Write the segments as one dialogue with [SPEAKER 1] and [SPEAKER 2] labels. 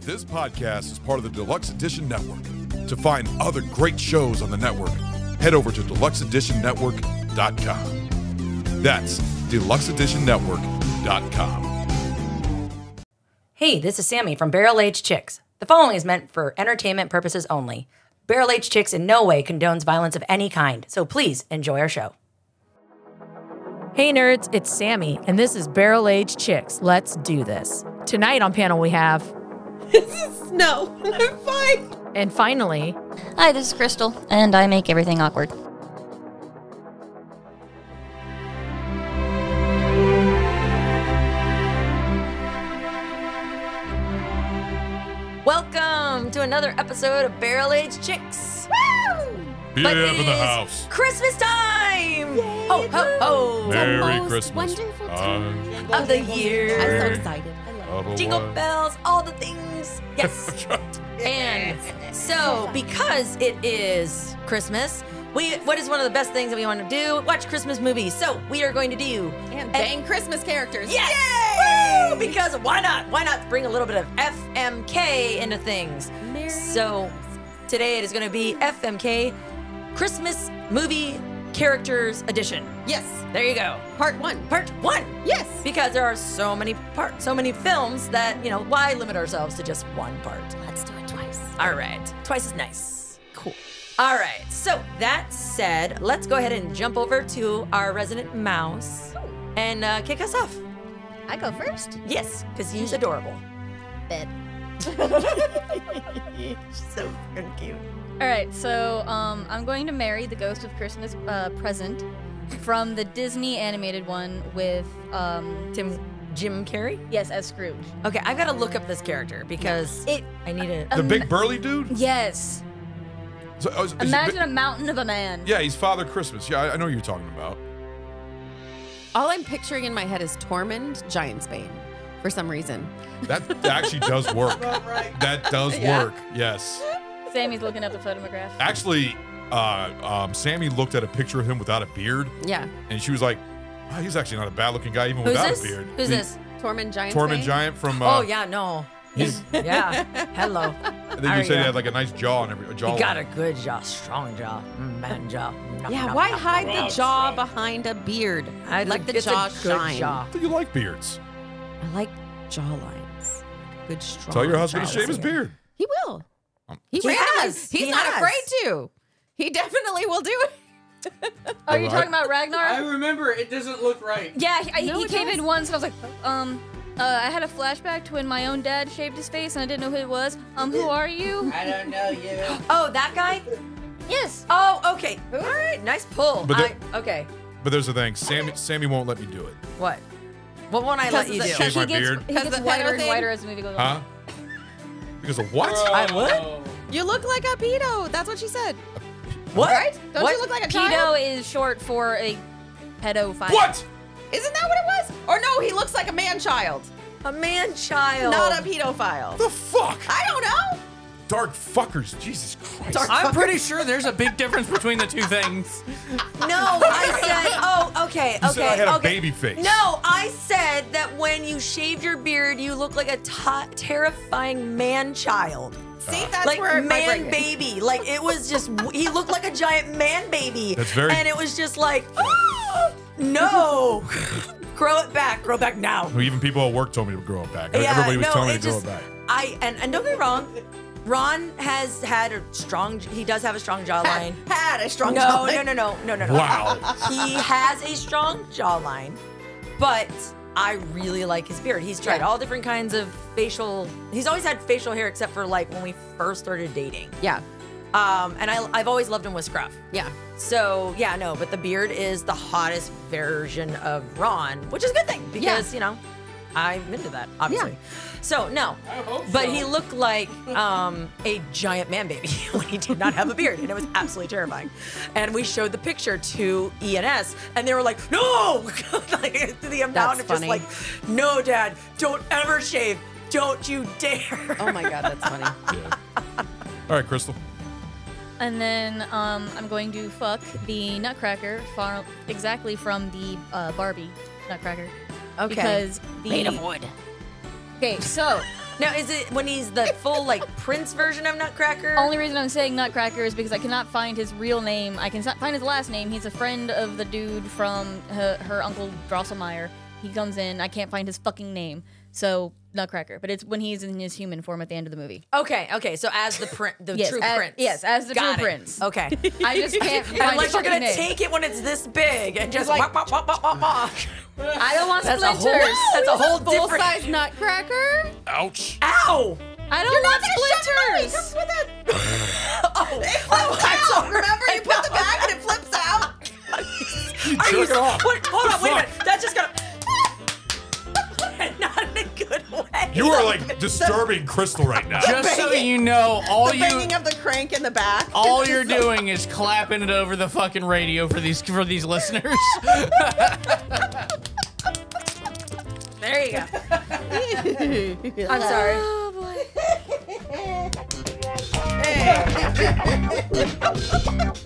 [SPEAKER 1] This podcast is part of the Deluxe Edition Network. To find other great shows on the network, head over to deluxeeditionnetwork.com. That's deluxeeditionnetwork.com.
[SPEAKER 2] Hey, this is Sammy from Barrel Age Chicks. The following is meant for entertainment purposes only. Barrel Age Chicks in no way condones violence of any kind, so please enjoy our show. Hey nerds, it's Sammy, and this is Barrel Age Chicks. Let's do this. Tonight on panel we have,
[SPEAKER 3] No, I'm fine.
[SPEAKER 2] and finally,
[SPEAKER 4] Hi, this is Crystal, and I make everything awkward.
[SPEAKER 2] welcome to another episode of Barrel Age Chicks.
[SPEAKER 1] BAF in
[SPEAKER 2] It
[SPEAKER 1] the
[SPEAKER 2] is
[SPEAKER 1] house.
[SPEAKER 2] Christmas time! ho, ho, ho!
[SPEAKER 1] Merry
[SPEAKER 4] most
[SPEAKER 1] Christmas.
[SPEAKER 4] wonderful time.
[SPEAKER 2] Of the year.
[SPEAKER 3] I'm so excited. I love
[SPEAKER 1] Of a
[SPEAKER 2] Jingle
[SPEAKER 1] one-
[SPEAKER 2] bells, all the things. Yes. And so, because it is Christmas, we what is one of the best things that we want to do? Watch Christmas movies. So we are going to do
[SPEAKER 3] it. And bang Christmas characters.
[SPEAKER 2] yes, Woo! because why not? Why not bring a little bit of FMK into things?
[SPEAKER 3] Merry
[SPEAKER 2] so today it is going to be FMK Christmas movie characters edition.
[SPEAKER 3] Yes.
[SPEAKER 2] There you go,
[SPEAKER 3] Part one.
[SPEAKER 2] part one.
[SPEAKER 3] Yes.
[SPEAKER 2] Because there are so many parts, so many films that you know, why limit ourselves to just one part?
[SPEAKER 4] Let's do it twice.
[SPEAKER 2] All right. Twice as nice. Cool. All right. So that said, let's go ahead and jump over to our resident mouse
[SPEAKER 3] Oh.
[SPEAKER 2] and uh, kick us off.
[SPEAKER 4] I go first?
[SPEAKER 2] Yes, because he's adorable.
[SPEAKER 4] Bed.
[SPEAKER 2] So freaking cute.
[SPEAKER 4] All right, so um, I'm going to marry the Ghost of Christmas uh, Present from the Disney animated one with, um,
[SPEAKER 2] Tim, Jim Carrey.
[SPEAKER 4] yes, as Scrooge.
[SPEAKER 2] Okay, I've got to look up this character because
[SPEAKER 4] It. um,
[SPEAKER 2] I need a.
[SPEAKER 1] The big burly dude?
[SPEAKER 4] Yes.
[SPEAKER 1] So, oh, is- is he
[SPEAKER 4] Imagine
[SPEAKER 1] big-
[SPEAKER 4] a mountain of a man.
[SPEAKER 1] yeah, he's Father Christmas. Yeah, I, I know who you're talking about.
[SPEAKER 3] All I'm picturing in my head is Tormund Giantsbane for some reason.
[SPEAKER 1] That, that actually does work. That does
[SPEAKER 3] Yeah.
[SPEAKER 1] work. Yes.
[SPEAKER 4] Sammy's looking up the photograph.
[SPEAKER 1] Actually, uh, um, Sammy looked at a picture of him without a beard,
[SPEAKER 3] Yeah.
[SPEAKER 1] and she was like, "Wow, "He's actually not a bad-looking guy, even
[SPEAKER 2] Who's
[SPEAKER 1] without
[SPEAKER 2] this?
[SPEAKER 1] a beard."
[SPEAKER 2] Who's
[SPEAKER 1] The
[SPEAKER 2] this?
[SPEAKER 3] Tormund Giantsbane.
[SPEAKER 1] Tormund Giant from. Uh,
[SPEAKER 2] oh yeah, no.
[SPEAKER 1] He's,
[SPEAKER 2] Yeah. Hello.
[SPEAKER 1] I think
[SPEAKER 2] Are
[SPEAKER 1] you said
[SPEAKER 2] ya?
[SPEAKER 1] he had like a nice jaw and every a jaw.
[SPEAKER 2] He got a
[SPEAKER 1] line.
[SPEAKER 2] good jaw, strong jaw, Mm, man jaw. Nom,
[SPEAKER 3] Yeah,
[SPEAKER 2] nom,
[SPEAKER 3] why
[SPEAKER 2] nom,
[SPEAKER 3] hide
[SPEAKER 2] nom,
[SPEAKER 3] the
[SPEAKER 2] nom.
[SPEAKER 3] jaw behind a beard? I
[SPEAKER 2] It's
[SPEAKER 3] like
[SPEAKER 2] a-
[SPEAKER 3] the
[SPEAKER 2] it's a
[SPEAKER 3] jaw
[SPEAKER 2] good
[SPEAKER 3] shine.
[SPEAKER 2] jaw.
[SPEAKER 1] Do you like beards?
[SPEAKER 3] I like jawlines. Good
[SPEAKER 2] Oh,
[SPEAKER 3] strong.
[SPEAKER 1] Tell your husband to
[SPEAKER 3] jawlines.
[SPEAKER 1] shave his beard.
[SPEAKER 3] He will.
[SPEAKER 1] Um,
[SPEAKER 3] He,
[SPEAKER 2] He
[SPEAKER 3] randomly-
[SPEAKER 2] has.
[SPEAKER 3] He's
[SPEAKER 2] He
[SPEAKER 3] not
[SPEAKER 2] has.
[SPEAKER 3] afraid to. He definitely will do it.
[SPEAKER 4] Are you
[SPEAKER 1] Alright.
[SPEAKER 4] talking about
[SPEAKER 5] I
[SPEAKER 4] Ragnar?
[SPEAKER 5] remember it doesn't look right.
[SPEAKER 4] Yeah, he, I,
[SPEAKER 3] No,
[SPEAKER 4] he
[SPEAKER 3] it
[SPEAKER 4] came
[SPEAKER 3] does.
[SPEAKER 4] in once, and I was like, um, uh, I had a flashback to when my own dad shaved his face, and I didn't know who it was. Um, who are you?
[SPEAKER 5] I don't know you.
[SPEAKER 2] Oh, that guy?
[SPEAKER 4] Yes.
[SPEAKER 2] Oh, okay. All right. Nice pull.
[SPEAKER 1] But the-
[SPEAKER 2] I, okay.
[SPEAKER 1] But there's the thing, Sammy. Sammy won't let me do it.
[SPEAKER 2] What? What won't I
[SPEAKER 3] Because
[SPEAKER 2] let you
[SPEAKER 3] of
[SPEAKER 2] do?
[SPEAKER 3] the-
[SPEAKER 1] Shave
[SPEAKER 4] he
[SPEAKER 1] my
[SPEAKER 4] gets,
[SPEAKER 1] beard,
[SPEAKER 4] He
[SPEAKER 3] Because
[SPEAKER 4] gets
[SPEAKER 3] the
[SPEAKER 4] whiter
[SPEAKER 3] pedo
[SPEAKER 4] and
[SPEAKER 3] thing?
[SPEAKER 4] whiter as the movie goes on.
[SPEAKER 1] huh? Because of what?
[SPEAKER 2] Oh. I would?
[SPEAKER 3] You look like a pedo. That's what she said.
[SPEAKER 2] What?
[SPEAKER 3] Right? Don't
[SPEAKER 2] what?
[SPEAKER 3] you look like a child?
[SPEAKER 4] Pedo is short for a pedophile.
[SPEAKER 1] What?
[SPEAKER 3] Isn't that what it was? Or no, he looks like a man child,
[SPEAKER 2] a man child?
[SPEAKER 3] not a pedophile.
[SPEAKER 1] The fuck?
[SPEAKER 3] I don't know.
[SPEAKER 1] Dark fuckers. Jesus Christ.
[SPEAKER 5] I'm pretty sure there's a big difference between the two things.
[SPEAKER 2] No, I said. Oh, okay, okay,
[SPEAKER 1] You said I had a
[SPEAKER 2] okay.
[SPEAKER 1] baby face.
[SPEAKER 2] No, I said that when you shaved your beard, you look like a ta terrifying man child,
[SPEAKER 3] See, that's
[SPEAKER 2] like
[SPEAKER 3] where my brain
[SPEAKER 2] man
[SPEAKER 3] is.
[SPEAKER 2] baby. Like it was just he looked like a giant man baby.
[SPEAKER 1] That's very-
[SPEAKER 2] And it was just like, "Ah, no, grow it back, grow back now.
[SPEAKER 1] Even people at work told me to grow it back. Everybody was telling me to
[SPEAKER 2] it
[SPEAKER 1] grow
[SPEAKER 2] just-
[SPEAKER 1] it back.
[SPEAKER 2] I and, and don't get me wrong, Ron has had a strong. He does have a strong jawline.
[SPEAKER 3] Had a strong
[SPEAKER 2] No,
[SPEAKER 3] jawline.
[SPEAKER 2] no, no, no, no, no, no.
[SPEAKER 1] Wow.
[SPEAKER 2] He has a strong jawline, but I really like his beard. He's tried
[SPEAKER 3] Yeah.
[SPEAKER 2] all different kinds of facial. He's always had facial hair, except for like when we first started dating.
[SPEAKER 3] Yeah,
[SPEAKER 2] Um, and I, I've always loved him with scruff.
[SPEAKER 3] yeah.
[SPEAKER 2] So yeah, no, but the beard is the hottest version of Ron, which is a good thing because you know I'm into that obviously. So no,
[SPEAKER 5] hope
[SPEAKER 2] but
[SPEAKER 5] so.
[SPEAKER 2] he looked like um, a giant man baby when he did not have a beard, and it was absolutely terrifying. And we showed the picture to ENS, and they were like, "No!" like, the amount
[SPEAKER 3] That's
[SPEAKER 2] of just
[SPEAKER 3] funny.
[SPEAKER 2] like, "No, Dad, don't ever shave, don't you dare."
[SPEAKER 3] Oh my god, that's funny.
[SPEAKER 1] Yeah. All right, Crystal.
[SPEAKER 4] And then um, I'm going to fuck the Nutcracker far, exactly from the uh, Barbie Nutcracker.
[SPEAKER 2] Okay.
[SPEAKER 4] Because the
[SPEAKER 3] wood.
[SPEAKER 4] okay, so
[SPEAKER 2] Now, is it when he's the full like Prince version of Nutcracker?
[SPEAKER 4] Only reason I'm saying Nutcracker is because I cannot find his real name. I can s- find his last name. He's a friend of the dude from her, her uncle Drosselmeyer. He comes in. I can't find his fucking name. So Nutcracker, but it's when he's in his human form at the end of the movie.
[SPEAKER 2] okay, okay. So as the print, the
[SPEAKER 4] Yes,
[SPEAKER 2] true
[SPEAKER 4] as-
[SPEAKER 2] prince.
[SPEAKER 4] yes, as the
[SPEAKER 2] Got
[SPEAKER 4] true
[SPEAKER 2] it.
[SPEAKER 4] prince.
[SPEAKER 2] Okay.
[SPEAKER 4] I just can't find his
[SPEAKER 2] Unless you're
[SPEAKER 4] fucking
[SPEAKER 2] gonna
[SPEAKER 4] name.
[SPEAKER 2] take it when it's this big and just wop, wop, wop, wop, wop, wop.
[SPEAKER 4] I don't want
[SPEAKER 2] That's a
[SPEAKER 4] splinters.
[SPEAKER 2] whole. That's a whole
[SPEAKER 3] Full
[SPEAKER 2] different.
[SPEAKER 3] size nutcracker?
[SPEAKER 1] Ouch.
[SPEAKER 2] Ow!
[SPEAKER 4] I don't want splinters.
[SPEAKER 2] Oh, I'm sorry.
[SPEAKER 6] Remember, you put the bag and it flips out.
[SPEAKER 1] You
[SPEAKER 2] Are you
[SPEAKER 1] jerk it off.
[SPEAKER 2] What, hold on, wait a
[SPEAKER 1] fuck?
[SPEAKER 2] minute. That's just gonna. Not in a good way.
[SPEAKER 1] You are like disturbing Crystal right now.
[SPEAKER 5] Just so you know, all
[SPEAKER 6] The
[SPEAKER 5] you
[SPEAKER 6] banging of the crank in the back.
[SPEAKER 5] all you're doing is clapping it over the fucking radio for these for these listeners.
[SPEAKER 2] There you go. I'm sorry.
[SPEAKER 4] Oh,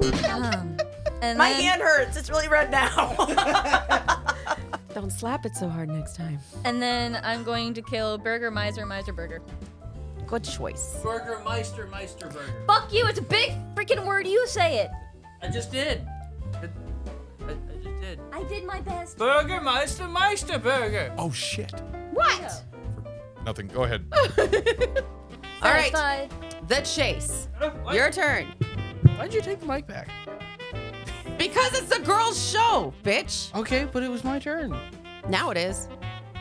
[SPEAKER 4] Um, And
[SPEAKER 2] My
[SPEAKER 4] then-
[SPEAKER 2] hand hurts. It's really red now.
[SPEAKER 3] Don't slap it so hard next time.
[SPEAKER 4] And then I'm going to kill Burger Miser Miser Burger.
[SPEAKER 3] Good choice.
[SPEAKER 5] Burger Meister Meister Burger.
[SPEAKER 4] Fuck you! It's a big freaking word. You say it.
[SPEAKER 5] I just did. I, I, I just did.
[SPEAKER 4] I did my best.
[SPEAKER 5] Burger Meister Meister Burger.
[SPEAKER 1] Oh shit.
[SPEAKER 4] What?
[SPEAKER 1] Nothing. Go ahead.
[SPEAKER 3] All right, the chase. Your turn.
[SPEAKER 5] Why'd you take the mic back?
[SPEAKER 3] Because it's the girls' show, bitch.
[SPEAKER 5] Okay, but it was my turn.
[SPEAKER 3] Now it is.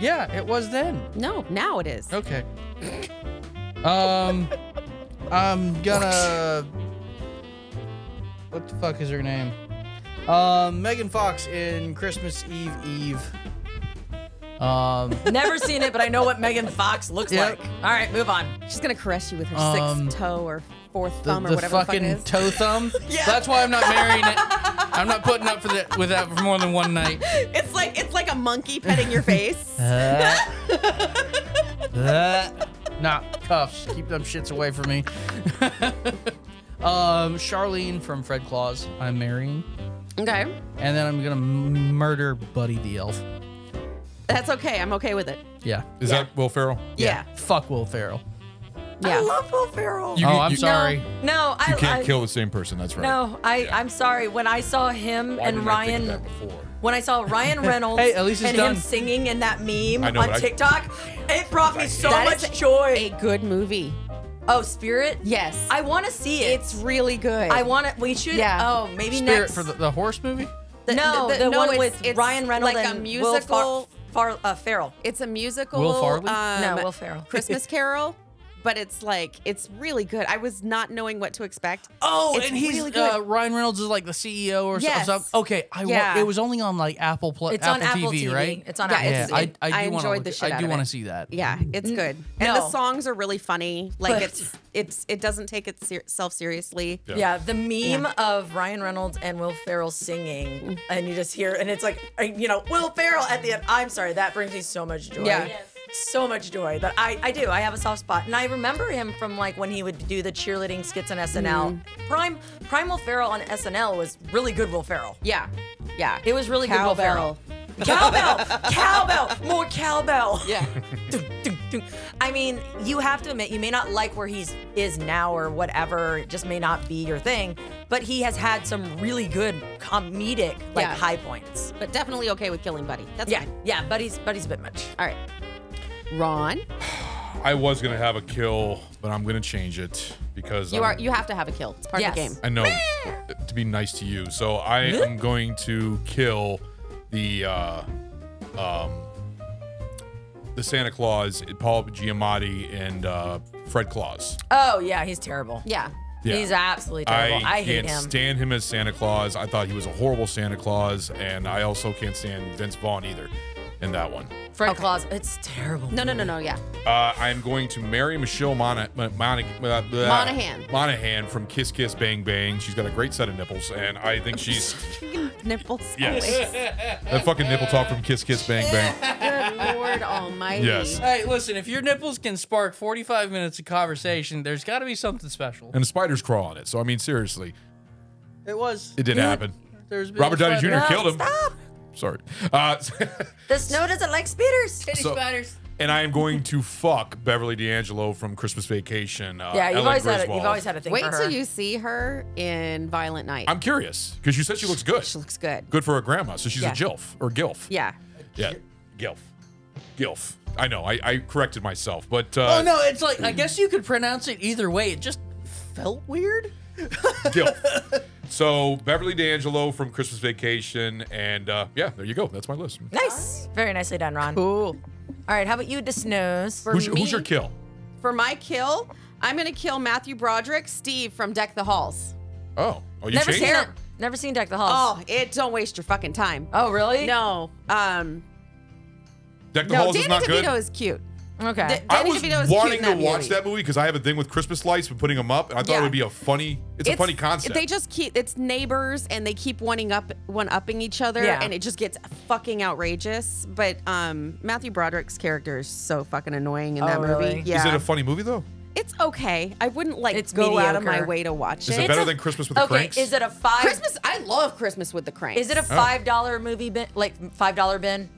[SPEAKER 5] Yeah, it was then.
[SPEAKER 3] No, now it is.
[SPEAKER 5] Okay. Um, I'm gonna. What the fuck is her name? Um, Megan Fox in Christmas Eve Eve. Um,
[SPEAKER 2] Never seen it, but I know what Megan Fox looks
[SPEAKER 5] Yep.
[SPEAKER 2] like. All right, move on.
[SPEAKER 3] She's gonna caress you with her
[SPEAKER 5] Um,
[SPEAKER 3] sixth toe or fourth
[SPEAKER 5] the,
[SPEAKER 3] thumb
[SPEAKER 5] the
[SPEAKER 3] or whatever
[SPEAKER 5] fucking
[SPEAKER 3] the fuck it is.
[SPEAKER 5] toe thumb. That's why I'm not marrying it. I'm not putting up for that with that for more than one night.
[SPEAKER 6] It's like it's like a monkey petting your face.
[SPEAKER 5] Uh. Nah, cuffs. Keep them shits away from me. um, Charlene from Fred Claus. I'm marrying.
[SPEAKER 3] okay,
[SPEAKER 5] And then I'm gonna m- murder Buddy the Elf.
[SPEAKER 3] that's okay. I'm okay with it.
[SPEAKER 5] Yeah.
[SPEAKER 1] Is that Will
[SPEAKER 2] Oh,
[SPEAKER 1] Ferrell?
[SPEAKER 3] Yeah,
[SPEAKER 5] Fuck Will Ferrell.
[SPEAKER 3] yeah.
[SPEAKER 2] I love Will Ferrell.
[SPEAKER 1] You-
[SPEAKER 5] oh, I'm sorry.
[SPEAKER 2] no, I
[SPEAKER 1] You can't
[SPEAKER 2] I,
[SPEAKER 1] kill the same person. That's right.
[SPEAKER 2] No, I I'm sorry. When I saw him
[SPEAKER 1] Why
[SPEAKER 2] and
[SPEAKER 1] didn't I think of
[SPEAKER 2] Ryan,
[SPEAKER 1] that before?
[SPEAKER 2] when I saw Ryan Reynolds
[SPEAKER 5] Hey, at least it's
[SPEAKER 2] and
[SPEAKER 5] done.
[SPEAKER 2] him singing in that meme
[SPEAKER 1] I know,
[SPEAKER 2] on
[SPEAKER 1] but I-
[SPEAKER 2] TikTok, it brought me so
[SPEAKER 3] That
[SPEAKER 2] much
[SPEAKER 3] is
[SPEAKER 2] joy.
[SPEAKER 3] a good movie.
[SPEAKER 2] oh, Spirit.
[SPEAKER 3] Yes,
[SPEAKER 2] I want to see it.
[SPEAKER 3] it's really good.
[SPEAKER 2] I want to. We should.
[SPEAKER 3] Yeah.
[SPEAKER 2] Oh, maybe
[SPEAKER 5] Spirit
[SPEAKER 2] next.
[SPEAKER 5] for the, the horse movie?
[SPEAKER 2] no,
[SPEAKER 3] the-
[SPEAKER 2] the,
[SPEAKER 3] the- no,
[SPEAKER 2] one
[SPEAKER 3] it's-
[SPEAKER 2] with
[SPEAKER 3] it's
[SPEAKER 2] Ryan Reynolds
[SPEAKER 3] like a
[SPEAKER 2] and
[SPEAKER 3] musical-
[SPEAKER 2] Will Far, Far, uh, Ferrell.
[SPEAKER 3] It's a musical.
[SPEAKER 5] Will Farley?
[SPEAKER 3] Um,
[SPEAKER 2] No, Will Ferrell.
[SPEAKER 3] Christmas Carol, but it's like it's really good. I was not knowing what to expect.
[SPEAKER 5] Oh,
[SPEAKER 3] It's
[SPEAKER 5] and he's
[SPEAKER 3] really good.
[SPEAKER 5] uh, Ryan Reynolds is like the CEO or
[SPEAKER 3] Yes.
[SPEAKER 5] something. Okay, I wa-
[SPEAKER 3] Yeah.
[SPEAKER 5] it was only on like Apple Play,
[SPEAKER 2] It's
[SPEAKER 5] Apple
[SPEAKER 2] on Apple
[SPEAKER 5] TV,
[SPEAKER 2] TV.
[SPEAKER 5] right?
[SPEAKER 2] It's on
[SPEAKER 3] Yeah,
[SPEAKER 2] Apple.
[SPEAKER 5] yeah,
[SPEAKER 3] It's-
[SPEAKER 5] I,
[SPEAKER 3] it-
[SPEAKER 5] I do
[SPEAKER 3] I
[SPEAKER 5] wanna
[SPEAKER 3] enjoyed
[SPEAKER 5] look
[SPEAKER 3] the
[SPEAKER 5] it-
[SPEAKER 3] shit
[SPEAKER 5] I
[SPEAKER 3] out
[SPEAKER 5] do
[SPEAKER 3] of
[SPEAKER 5] wanna
[SPEAKER 3] it.
[SPEAKER 5] see that.
[SPEAKER 3] Yeah, it's good. And the
[SPEAKER 2] no.
[SPEAKER 3] songs are really funny. Like
[SPEAKER 2] But-
[SPEAKER 3] it's it's it doesn't take itself seriously.
[SPEAKER 1] Yeah.
[SPEAKER 2] Yeah, the meme of Ryan Reynolds and Will Ferrell singing, and you just hear, and it's like, uh, you know, Will Ferrell at the end. I'm sorry, that brings me so much joy.
[SPEAKER 3] Yeah.
[SPEAKER 2] So much joy that I, I do. I have a soft spot, and I remember him from like when he would do the cheerleading skits on SNL.
[SPEAKER 5] Mm-hmm.
[SPEAKER 2] Prime Prime Will Ferrell on SNL was really good. Will Ferrell.
[SPEAKER 3] Yeah, yeah.
[SPEAKER 2] It was really good. Will Ferrell.
[SPEAKER 3] Cowbell.
[SPEAKER 2] Cowbell, cowbell, more cowbell.
[SPEAKER 3] Yeah.
[SPEAKER 2] Dun, dun, dun. I mean, you have to admit, you may not like where he's is now or whatever. It just may not be your thing. But he has had some really good comedic like
[SPEAKER 3] Yeah.
[SPEAKER 2] high points.
[SPEAKER 3] but definitely okay with killing Buddy. That's
[SPEAKER 2] Yeah,
[SPEAKER 3] fine.
[SPEAKER 2] yeah, Buddy's Buddy's a bit much.
[SPEAKER 3] All right. Ron,
[SPEAKER 1] I was gonna have a kill, but I'm gonna change it because
[SPEAKER 3] you
[SPEAKER 1] I'm-
[SPEAKER 3] are you have to have a kill. It's part
[SPEAKER 2] Yes.
[SPEAKER 3] of the game.
[SPEAKER 1] I know to be nice to you, so I am going to kill the uh, um, the Santa Claus, Paul Giamatti, and uh, Fred Claus.
[SPEAKER 2] Oh yeah, he's terrible.
[SPEAKER 3] Yeah.
[SPEAKER 1] Yeah.
[SPEAKER 2] He's absolutely
[SPEAKER 1] I,
[SPEAKER 2] terrible. I, hate
[SPEAKER 1] can't
[SPEAKER 2] him.
[SPEAKER 1] stand him as Santa Claus. I thought he was a horrible Santa Claus, and I also can't stand Vince Vaughn either in that one.
[SPEAKER 2] Fred Claus, it's terrible.
[SPEAKER 3] No, no, no, no. Yeah.
[SPEAKER 1] Uh, I'm going to marry Michelle Mona- Mon- Mon- uh, blah.
[SPEAKER 3] Monahan.
[SPEAKER 1] Monahan from Kiss Kiss Bang Bang. She's got a great set of nipples, and I think she's
[SPEAKER 3] Nipples.
[SPEAKER 1] yes. that fucking nipple talk from Kiss Kiss Bang Bang.
[SPEAKER 3] always. Good Lord Almighty.
[SPEAKER 1] Yes.
[SPEAKER 5] Hey, listen, if your nipples can spark 45 minutes of conversation, there's got to be something special.
[SPEAKER 1] And a spider's crawl on it. So I mean, seriously,
[SPEAKER 5] It was.
[SPEAKER 1] it did happen.
[SPEAKER 5] There's been
[SPEAKER 1] Robert
[SPEAKER 5] a
[SPEAKER 1] Downey
[SPEAKER 5] spider-
[SPEAKER 1] Jr. killed him. Sorry. Uh,
[SPEAKER 2] The snow doesn't like speeders.
[SPEAKER 5] Titty
[SPEAKER 1] So-
[SPEAKER 5] spiders.
[SPEAKER 1] and I am going to fuck Beverly D'Angelo from Christmas Vacation. Uh,
[SPEAKER 2] Yeah, you've
[SPEAKER 1] Ellen
[SPEAKER 2] always had a,
[SPEAKER 1] Griswold.
[SPEAKER 2] you've always had a thing
[SPEAKER 3] Wait
[SPEAKER 2] for her.
[SPEAKER 3] till you see her in Violent Night.
[SPEAKER 1] I'm curious because you said she looks good.
[SPEAKER 3] she looks good.
[SPEAKER 1] Good for her grandma. So she's
[SPEAKER 3] Yeah.
[SPEAKER 1] a jilf or gilf.
[SPEAKER 3] Yeah.
[SPEAKER 1] Yeah. Gilf. Gilf. I know. I, I corrected myself, but uh,
[SPEAKER 5] Oh no, it's like I guess you could pronounce it either way. It just felt weird.
[SPEAKER 1] gilf. So Beverly D'Angelo from Christmas Vacation, and uh, yeah, there you go. That's my list.
[SPEAKER 2] Nice. Very nicely done, Ron.
[SPEAKER 3] Cool.
[SPEAKER 2] All right, how about you, Disnose?
[SPEAKER 3] For
[SPEAKER 1] Who's your, who's your
[SPEAKER 3] me-
[SPEAKER 1] kill?
[SPEAKER 6] For my kill,
[SPEAKER 3] I'm gonna kill Matthew Broderick, Steve from Deck the Halls.
[SPEAKER 1] Oh, oh, you
[SPEAKER 2] Never
[SPEAKER 1] changed.
[SPEAKER 2] seen that. Never seen Deck the Halls.
[SPEAKER 3] Oh, it don't waste your fucking time.
[SPEAKER 2] Oh, really?
[SPEAKER 3] No, um,
[SPEAKER 1] Deck the
[SPEAKER 3] no.
[SPEAKER 1] Halls
[SPEAKER 3] Danny
[SPEAKER 1] is not
[SPEAKER 3] DeVito
[SPEAKER 1] good.
[SPEAKER 3] is cute.
[SPEAKER 2] Okay.
[SPEAKER 3] D-
[SPEAKER 1] I
[SPEAKER 3] Danny
[SPEAKER 1] was
[SPEAKER 3] DeVito is cute
[SPEAKER 1] wanting
[SPEAKER 3] in
[SPEAKER 1] to
[SPEAKER 3] that
[SPEAKER 1] watch
[SPEAKER 3] movie.
[SPEAKER 1] that movie because I have a thing with Christmas lights, but putting them up, and I thought
[SPEAKER 3] Yeah.
[SPEAKER 1] it would be a funny. It's, a funny concept.
[SPEAKER 3] They just keep it's neighbors and they keep wanting up one upping each other
[SPEAKER 2] Yeah.
[SPEAKER 3] and it just gets fucking outrageous. But um Matthew Broderick's character is so fucking annoying in that
[SPEAKER 2] Oh,
[SPEAKER 3] movie.
[SPEAKER 2] really? Is
[SPEAKER 1] Is
[SPEAKER 3] Yeah.
[SPEAKER 1] it a funny movie though?
[SPEAKER 3] it's okay. I wouldn't like
[SPEAKER 2] It's
[SPEAKER 3] go out of my
[SPEAKER 2] mediocre.
[SPEAKER 3] way to watch
[SPEAKER 1] Is
[SPEAKER 3] it.
[SPEAKER 1] it better than Christmas with the
[SPEAKER 2] okay,
[SPEAKER 1] Cranks? Oh.
[SPEAKER 2] is it a five?
[SPEAKER 3] Christmas I love Christmas with the Cranks.
[SPEAKER 2] Is it a five dollar movie bin? Like five dollar bin?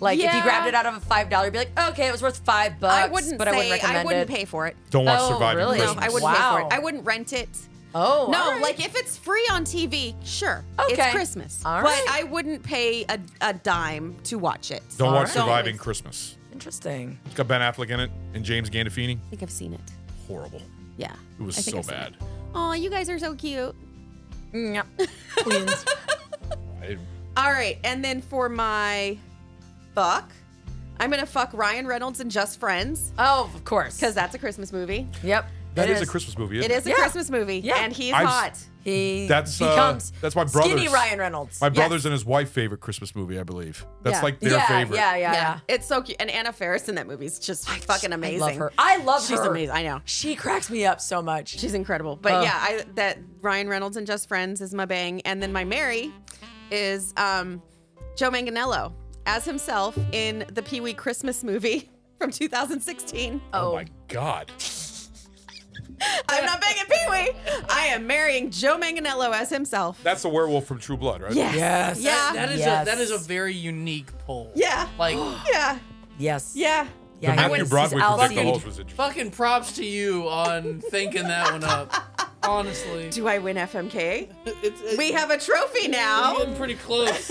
[SPEAKER 2] Like if you
[SPEAKER 3] Yeah.
[SPEAKER 2] grabbed it out of a five dollar, be like, okay, it was worth five bucks.
[SPEAKER 3] I wouldn't
[SPEAKER 2] but
[SPEAKER 3] say,
[SPEAKER 2] I wouldn't recommend
[SPEAKER 3] wouldn't
[SPEAKER 2] it.
[SPEAKER 3] pay for it.
[SPEAKER 1] Don't watch
[SPEAKER 2] Oh,
[SPEAKER 1] Surviving
[SPEAKER 2] really? No,
[SPEAKER 1] Christmas.
[SPEAKER 3] No, I wouldn't pay
[SPEAKER 2] Wow.
[SPEAKER 3] for it. I wouldn't rent it.
[SPEAKER 2] Oh
[SPEAKER 3] No,
[SPEAKER 2] all right.
[SPEAKER 3] like if it's free on TV, sure.
[SPEAKER 2] Okay.
[SPEAKER 3] It's Christmas.
[SPEAKER 2] All
[SPEAKER 3] but
[SPEAKER 2] right.
[SPEAKER 3] I wouldn't pay a, a dime to watch it.
[SPEAKER 1] Don't watch
[SPEAKER 2] Alright.
[SPEAKER 1] Surviving Christmas.
[SPEAKER 2] interesting.
[SPEAKER 1] It's got Ben Affleck in it and James Gandolfini.
[SPEAKER 3] I think I've seen it.
[SPEAKER 1] Horrible.
[SPEAKER 3] Yeah.
[SPEAKER 1] It was so bad.
[SPEAKER 3] Oh, you guys are so cute.
[SPEAKER 2] Yeah. Queens.
[SPEAKER 1] I,
[SPEAKER 3] All right, and then for my fuck, I'm gonna fuck Ryan Reynolds and Just Friends
[SPEAKER 2] Oh, of course.
[SPEAKER 3] because that's a Christmas movie.
[SPEAKER 2] yep,
[SPEAKER 1] that
[SPEAKER 2] it
[SPEAKER 1] is a Christmas movie. Isn't
[SPEAKER 3] It is a
[SPEAKER 2] Yeah.
[SPEAKER 3] Christmas movie,
[SPEAKER 2] Yeah.
[SPEAKER 3] and he's
[SPEAKER 1] I've-
[SPEAKER 3] hot.
[SPEAKER 2] He
[SPEAKER 1] That's, uh,
[SPEAKER 2] becomes
[SPEAKER 1] that's my
[SPEAKER 2] skinny
[SPEAKER 1] brother's-
[SPEAKER 2] Ryan Reynolds.
[SPEAKER 1] My brother's and his wife favorite Christmas movie, I believe. That's
[SPEAKER 3] Yeah.
[SPEAKER 1] like their
[SPEAKER 2] yeah,
[SPEAKER 1] favorite.
[SPEAKER 2] yeah, yeah, yeah.
[SPEAKER 3] yeah, it's so cute. And Anna Faris in that movie is just fucking amazing.
[SPEAKER 2] I love her. I love
[SPEAKER 3] She's
[SPEAKER 2] her.
[SPEAKER 3] amazing. I know.
[SPEAKER 2] She cracks me up so much.
[SPEAKER 3] She's incredible. But
[SPEAKER 2] Oh.
[SPEAKER 3] yeah, I that Ryan Reynolds and Just Friends is my bang, and then my Mary is um, Joe Manganello as himself in the Pee Wee Christmas movie from 2016.
[SPEAKER 1] Oh my god.
[SPEAKER 3] I'm not banging Pee Wee. I am marrying Joe Manganello as himself.
[SPEAKER 1] That's the werewolf from True Blood, right?
[SPEAKER 3] Yes.
[SPEAKER 2] Yes.
[SPEAKER 3] Yeah.
[SPEAKER 5] That is
[SPEAKER 2] Yes.
[SPEAKER 5] a that is a very unique poll.
[SPEAKER 3] Yeah.
[SPEAKER 5] Like
[SPEAKER 3] yeah.
[SPEAKER 2] yes.
[SPEAKER 3] Yeah.
[SPEAKER 1] The
[SPEAKER 2] Yeah.
[SPEAKER 1] Matthew
[SPEAKER 2] he's
[SPEAKER 1] Broderick from Dick the
[SPEAKER 2] outstanding.
[SPEAKER 1] Halls was interesting.
[SPEAKER 5] fucking props to you on thinking that one up. Honestly.
[SPEAKER 3] Do I win FMK?
[SPEAKER 5] It's, it's,
[SPEAKER 3] We have a trophy
[SPEAKER 5] we're
[SPEAKER 3] now.
[SPEAKER 5] getting pretty close.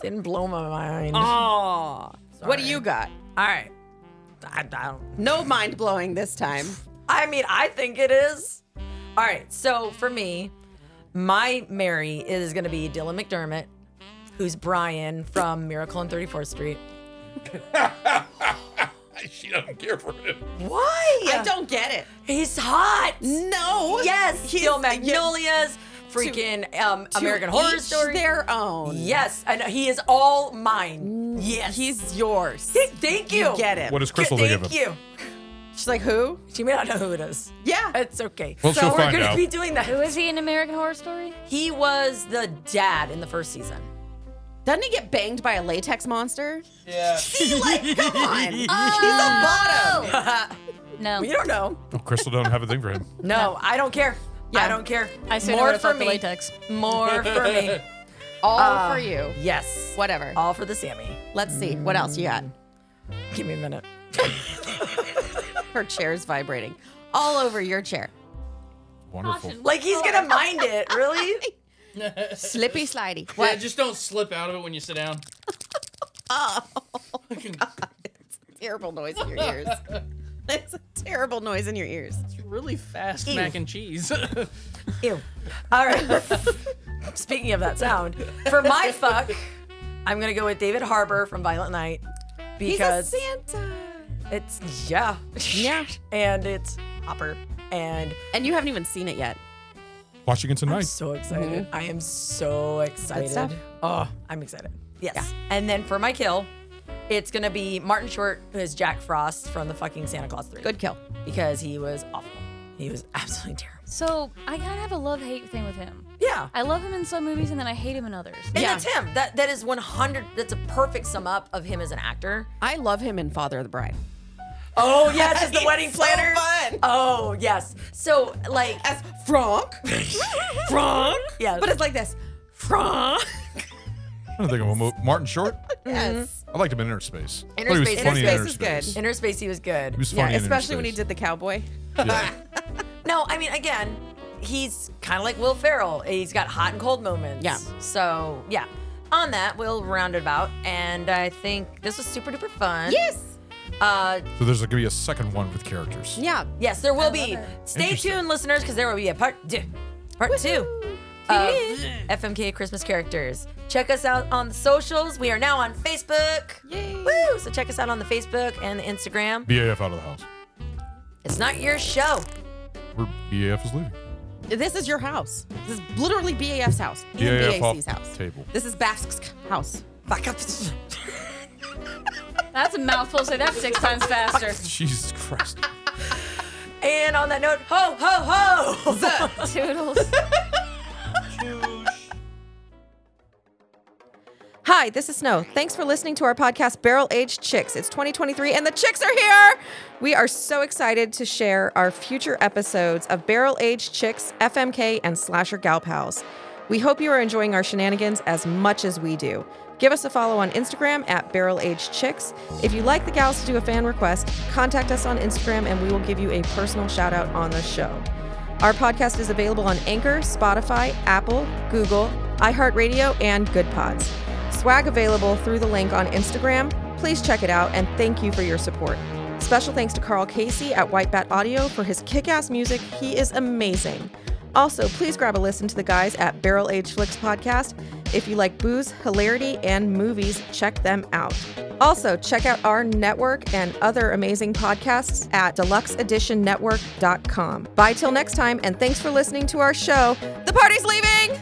[SPEAKER 2] Didn't blow my mind.
[SPEAKER 3] Aw. What do you got?
[SPEAKER 2] All right. I, I don't.
[SPEAKER 3] No mind blowing this time.
[SPEAKER 2] I mean, I think it is. All right. So for me, my Mary is going to be Dylan McDermott, who's Brian from Miracle on 34th Street.
[SPEAKER 1] She doesn't care for him.
[SPEAKER 2] Why?
[SPEAKER 3] I don't get it.
[SPEAKER 2] He's hot.
[SPEAKER 3] No.
[SPEAKER 2] Yes.
[SPEAKER 3] He's-
[SPEAKER 2] Steel Magnolias, freaking um,
[SPEAKER 3] To
[SPEAKER 2] American Horror
[SPEAKER 3] each
[SPEAKER 2] Story.
[SPEAKER 3] Their own.
[SPEAKER 2] Yes. I know. He is all mine. Yes.
[SPEAKER 3] He's yours.
[SPEAKER 2] Thank you.
[SPEAKER 3] You get him.
[SPEAKER 1] What does Crystal think of
[SPEAKER 2] Thank
[SPEAKER 1] him?
[SPEAKER 2] you.
[SPEAKER 3] She's like, who? Uh,
[SPEAKER 2] She may not know who it is.
[SPEAKER 3] Yeah.
[SPEAKER 2] It's okay.
[SPEAKER 1] Well,
[SPEAKER 2] so
[SPEAKER 1] she'll
[SPEAKER 2] we're
[SPEAKER 1] find
[SPEAKER 2] gonna
[SPEAKER 1] out.
[SPEAKER 2] be doing that.
[SPEAKER 4] Who is he in American Horror Story?
[SPEAKER 2] He was the dad in the first season.
[SPEAKER 3] Doesn't he get banged by a latex monster?
[SPEAKER 5] yeah.
[SPEAKER 3] Come on.
[SPEAKER 4] Um, No.
[SPEAKER 2] We don't know.
[SPEAKER 1] Oh, Crystal don't have a thing for him.
[SPEAKER 2] No, I don't care. I
[SPEAKER 3] Yeah.
[SPEAKER 2] don't care.
[SPEAKER 4] I sooner
[SPEAKER 2] More
[SPEAKER 4] would've
[SPEAKER 2] for
[SPEAKER 4] fucked the
[SPEAKER 2] me.
[SPEAKER 4] latex.
[SPEAKER 2] More for me.
[SPEAKER 3] All for you.
[SPEAKER 2] Yes.
[SPEAKER 3] Whatever.
[SPEAKER 2] All for the Sammy.
[SPEAKER 3] Let's see. What else you got?
[SPEAKER 2] Give me a minute.
[SPEAKER 3] Her chair's vibrating. All over your chair.
[SPEAKER 1] Wonderful.
[SPEAKER 2] Like he's gonna mind it, really?
[SPEAKER 3] Slippy slidey.
[SPEAKER 5] Yeah,
[SPEAKER 3] What?
[SPEAKER 5] just don't slip out of it when you sit down. Oh. Fucking-
[SPEAKER 3] It's a terrible noise in your ears. It's a terrible noise in your ears.
[SPEAKER 5] it's really fast mac and cheese.
[SPEAKER 2] Ew. All right. Speaking of that sound, for my fuck, I'm gonna go with David Harbour from Violent Night
[SPEAKER 3] He's a
[SPEAKER 2] because
[SPEAKER 3] Santa.
[SPEAKER 2] it's yeah,
[SPEAKER 3] Yeah.
[SPEAKER 2] and it's Hopper, and
[SPEAKER 3] And you haven't even seen it yet.
[SPEAKER 1] Watching it
[SPEAKER 2] I'm
[SPEAKER 1] tonight.
[SPEAKER 2] so excited. I am so excited.
[SPEAKER 3] Mm-hmm. stuff.
[SPEAKER 2] Oh, I'm excited. Yes. And then for my kill, it's gonna be Martin Short, who is Jack Frost from the fucking Santa Claus 3.
[SPEAKER 3] Good kill.
[SPEAKER 2] Because he was awful. He was absolutely terrible.
[SPEAKER 4] So I kind of have a love hate thing with him.
[SPEAKER 2] Yeah.
[SPEAKER 4] I love him in some movies and then I hate him in others.
[SPEAKER 2] And
[SPEAKER 3] Yeah.
[SPEAKER 2] that's him. That that is 100. That's a perfect sum up of him as an actor.
[SPEAKER 3] I love him in Father of the Bride.
[SPEAKER 2] Oh yes, as the wedding
[SPEAKER 3] so
[SPEAKER 2] planner.
[SPEAKER 3] fun.
[SPEAKER 2] Oh yes. So like
[SPEAKER 3] As Frank. Frank.
[SPEAKER 2] Yes.
[SPEAKER 3] But it's like this. Frank.
[SPEAKER 1] I don't think I'm a mo- Martin Short.
[SPEAKER 3] Yes.
[SPEAKER 1] I liked him in Interspace. I thought he
[SPEAKER 3] Interspace-
[SPEAKER 1] funny in
[SPEAKER 3] Interspace is good.
[SPEAKER 2] Interspace, he was good.
[SPEAKER 1] He was
[SPEAKER 3] Yeah,
[SPEAKER 1] funny, in
[SPEAKER 3] especially when he
[SPEAKER 1] Interspace.
[SPEAKER 3] did the cowboy.
[SPEAKER 1] Yeah.
[SPEAKER 2] No, I mean, again, he's kind of like Will Ferrell. He's got hot and cold moments.
[SPEAKER 3] Yeah.
[SPEAKER 2] So, yeah. On that, we'll round it about. And I think this was super duper fun.
[SPEAKER 3] Yes.
[SPEAKER 2] Uh,
[SPEAKER 1] So there's gonna be a second one with characters.
[SPEAKER 3] Yeah.
[SPEAKER 2] yes, there will be. Stay
[SPEAKER 1] Interesting.
[SPEAKER 2] tuned, listeners, because there will be a part two. Part two. Of FMK Christmas characters. Check us out on the socials. We are now on Facebook.
[SPEAKER 3] Yay.
[SPEAKER 2] Woo! So check us out on the Facebook and the Instagram.
[SPEAKER 1] BAF out of the house.
[SPEAKER 2] It's not your show.
[SPEAKER 1] We're BAF is leaving.
[SPEAKER 3] This is your house. This is literally BAF's house and
[SPEAKER 1] BAF off
[SPEAKER 3] BAC's house.
[SPEAKER 1] table.
[SPEAKER 3] This is Basque's house.
[SPEAKER 2] Fuck up.
[SPEAKER 4] That's a mouthful. Say that six times faster.
[SPEAKER 1] Jesus Christ.
[SPEAKER 2] And on that note, ho, ho, ho!
[SPEAKER 4] Toodles.
[SPEAKER 3] Hi, this is Snow. Thanks for listening to our podcast, Barrel Age Chicks. It's 2023 and the chicks are here. We are so excited to share our future episodes of Barrel Age Chicks, FMK, and Slasher Gal Pals. We hope you are enjoying our shenanigans as much as we do. Give us a follow on Instagram at Barrel Age Chicks. If you like the gals to do a fan request, contact us on Instagram and we will give you a personal shout out on the show. Our podcast is available on Anchor, Spotify, Apple, Google, iHeartRadio, and Good Pods. Swag available through the link on Instagram. Please check it out and thank you for your support. Special thanks to Carl Casey at White Bat Audio for his kick ass music. He is amazing. Also, please grab a listen to the guys at Barrel Age Flicks Podcast. If you like booze, hilarity, and movies, check them out. Also, check out our network and other amazing podcasts at deluxeeditionnetwork.com. Bye till next time, and thanks for listening to our show. The party's leaving!